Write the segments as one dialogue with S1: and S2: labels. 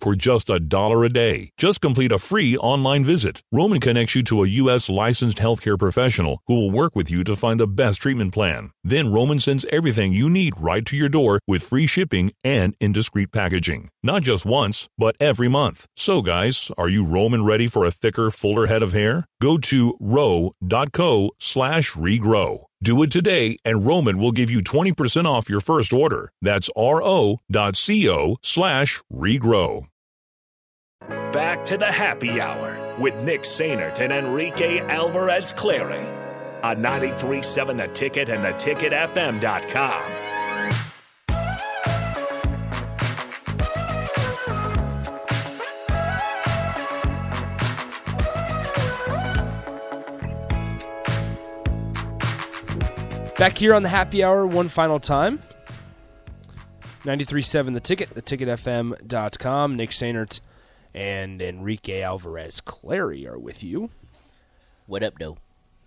S1: for just a dollar a day. Just complete a free online visit. Roman connects you to a U.S. licensed healthcare professional who will work with you to find the best treatment plan. Then Roman sends everything you need right to your door with free shipping and indiscreet packaging. Not just once, but every month. So, guys, are you Roman ready for a thicker, fuller head of hair? Go to row.co slash regrow. Do it today, and Roman will give you 20% off your first order. That's ro.co slash regrow.
S2: Back to the happy hour with Nick Sainert and Enrique Alvarez Clary on 937 The Ticket and theticketfm.com.
S3: Back here on the happy hour one final time. 93.7 The Ticket, theticketfm.com. Nick Sainert and Enrique Alvarez Clary are with you.
S4: What up, though?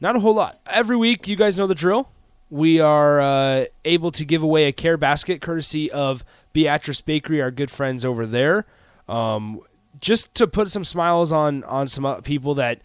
S3: Not a whole lot. Every week, you guys know the drill. We are uh, able to give away a care basket courtesy of Beatrice Bakery, our good friends over there. Um, just to put some smiles on on some uh, people that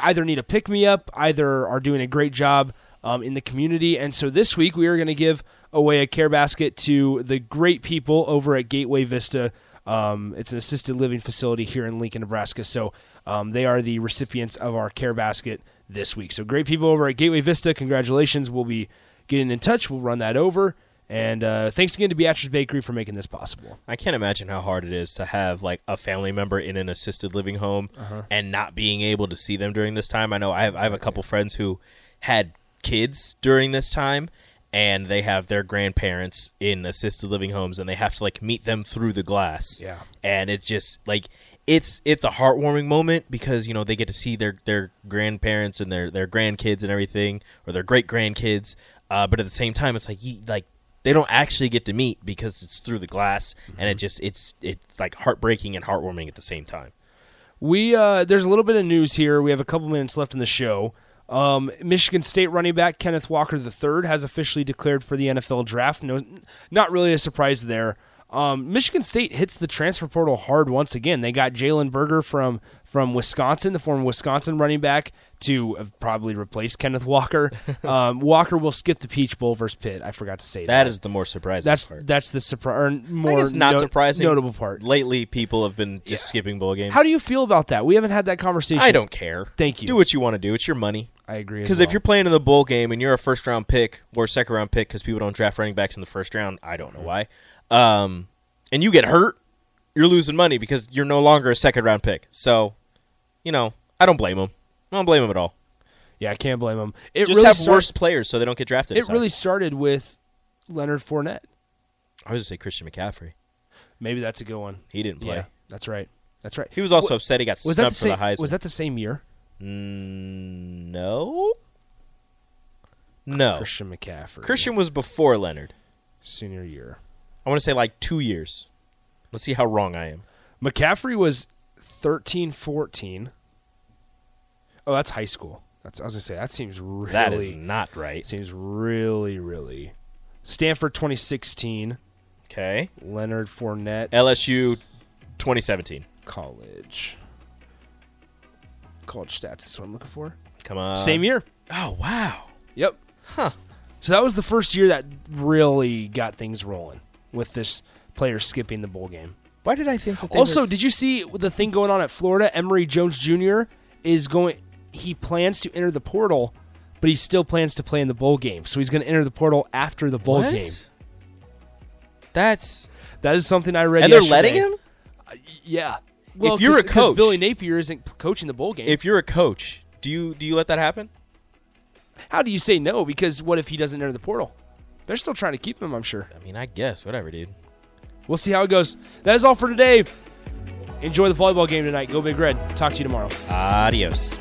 S3: either need a pick me up, either are doing a great job um, in the community. And so this week we are going to give away a care basket to the great people over at Gateway Vista. Um, it's an assisted living facility here in Lincoln, Nebraska. So um, they are the recipients of our care basket this week. So great people over at Gateway Vista. Congratulations. We'll be getting in touch. We'll run that over. And uh, thanks again to Beatrice Bakery for making this possible.
S5: I can't imagine how hard it is to have like a family member in an assisted living home and not being able to see them during this time. I know I have, I have a couple friends who had kids during this time and they have their grandparents in assisted living homes and they have to like meet them through the glass.
S3: Yeah.
S5: And it's just like it's it's a heartwarming moment because you know they get to see their their grandparents and their their grandkids and everything or their great grandkids. Uh, but at the same time, it's like you, like they don't actually get to meet because it's through the glass and
S3: Mm-hmm.
S5: it just it's it's like heartbreaking and heartwarming at the same time.
S3: We uh, there's a little bit of news here. We have a couple minutes left in the show. Um, Michigan State running back Kenneth Walker III has officially declared for the NFL draft. No, not really a surprise there. Um, Michigan State hits the transfer portal hard once again. They got Jalen Berger from from Wisconsin, the former Wisconsin running back, to uh, probably replace Kenneth Walker. Um, Walker will skip the Peach Bowl versus Pitt. I forgot to say that.
S5: That is the more surprising
S3: that's
S5: part.
S3: that's the surprise.
S5: I
S3: More
S5: think it's not
S3: no-
S5: surprising.
S3: notable part.
S5: Lately, people have been just skipping bowl games.
S3: How do you feel about that? We haven't had that conversation.
S5: I don't care.
S3: Thank you.
S5: Do what you want to do. It's your money.
S3: I agree. as
S5: Because
S3: well.
S5: if you're playing in the bowl game and you're a first round pick or second round pick, because people don't draft running backs in the first round, I don't know
S3: Mm-hmm.
S5: why. Um, and you get hurt, you're losing money because you're no longer a second round pick. So, you know, I don't blame them. I don't blame them at all.
S3: yeah, I can't blame him. It
S5: Just
S3: really
S5: have
S3: start-
S5: worse players so they don't get drafted.
S3: It
S5: Sorry.
S3: really started with Leonard Fournette.
S5: I was just say Christian McCaffrey.
S3: Maybe that's a good one.
S5: He didn't play.
S3: Yeah, that's right. That's right.
S5: He was also upset he got
S3: was that
S5: snubbed
S3: the
S5: for the
S3: same,
S5: Heisman.
S3: Was that the same year?
S5: Mm, no, no. Christian,
S3: Christian McCaffrey.
S5: was before Leonard.
S3: senior year.
S5: I want to say like two years. Let's see how wrong I am.
S3: McCaffrey was 13 14. Oh, that's high school. That's I was going to say that seems really
S5: That is not right.
S3: seems really really Stanford 2016,
S5: Okay.
S3: Leonard Fournette
S5: LSU 2017.
S3: college. College stats is what I'm looking for.
S5: Come on.
S3: Same year.
S5: Oh, wow.
S3: Yep.
S5: Huh.
S3: So that was the first year that really got things rolling with this player skipping the bowl game.
S5: Why did I think that they
S3: also,
S5: were-
S3: did you see the thing going on at Florida? Emory Jones Jr. is going. He plans to enter the portal, but he still plans to play in the bowl game. So he's going to enter the portal after the bowl
S5: What?
S3: game.
S5: That's
S3: That is something I read.
S5: And they're
S3: yesterday.
S5: letting him?
S3: Yeah. Well,
S5: you're
S3: 'cause-
S5: a
S3: 'cause
S5: coach-
S3: Billy Napier isn't p- coaching the bowl game.
S5: If you're a coach, do you do you let that happen?
S3: How do you say no? Because what if he doesn't enter the portal? They're still trying to keep him. I'm sure.
S5: I mean, I guess whatever, dude.
S3: We'll see how it goes. That is all for today. Enjoy the volleyball game tonight. Go Big Red. Talk to you tomorrow.
S5: Adios.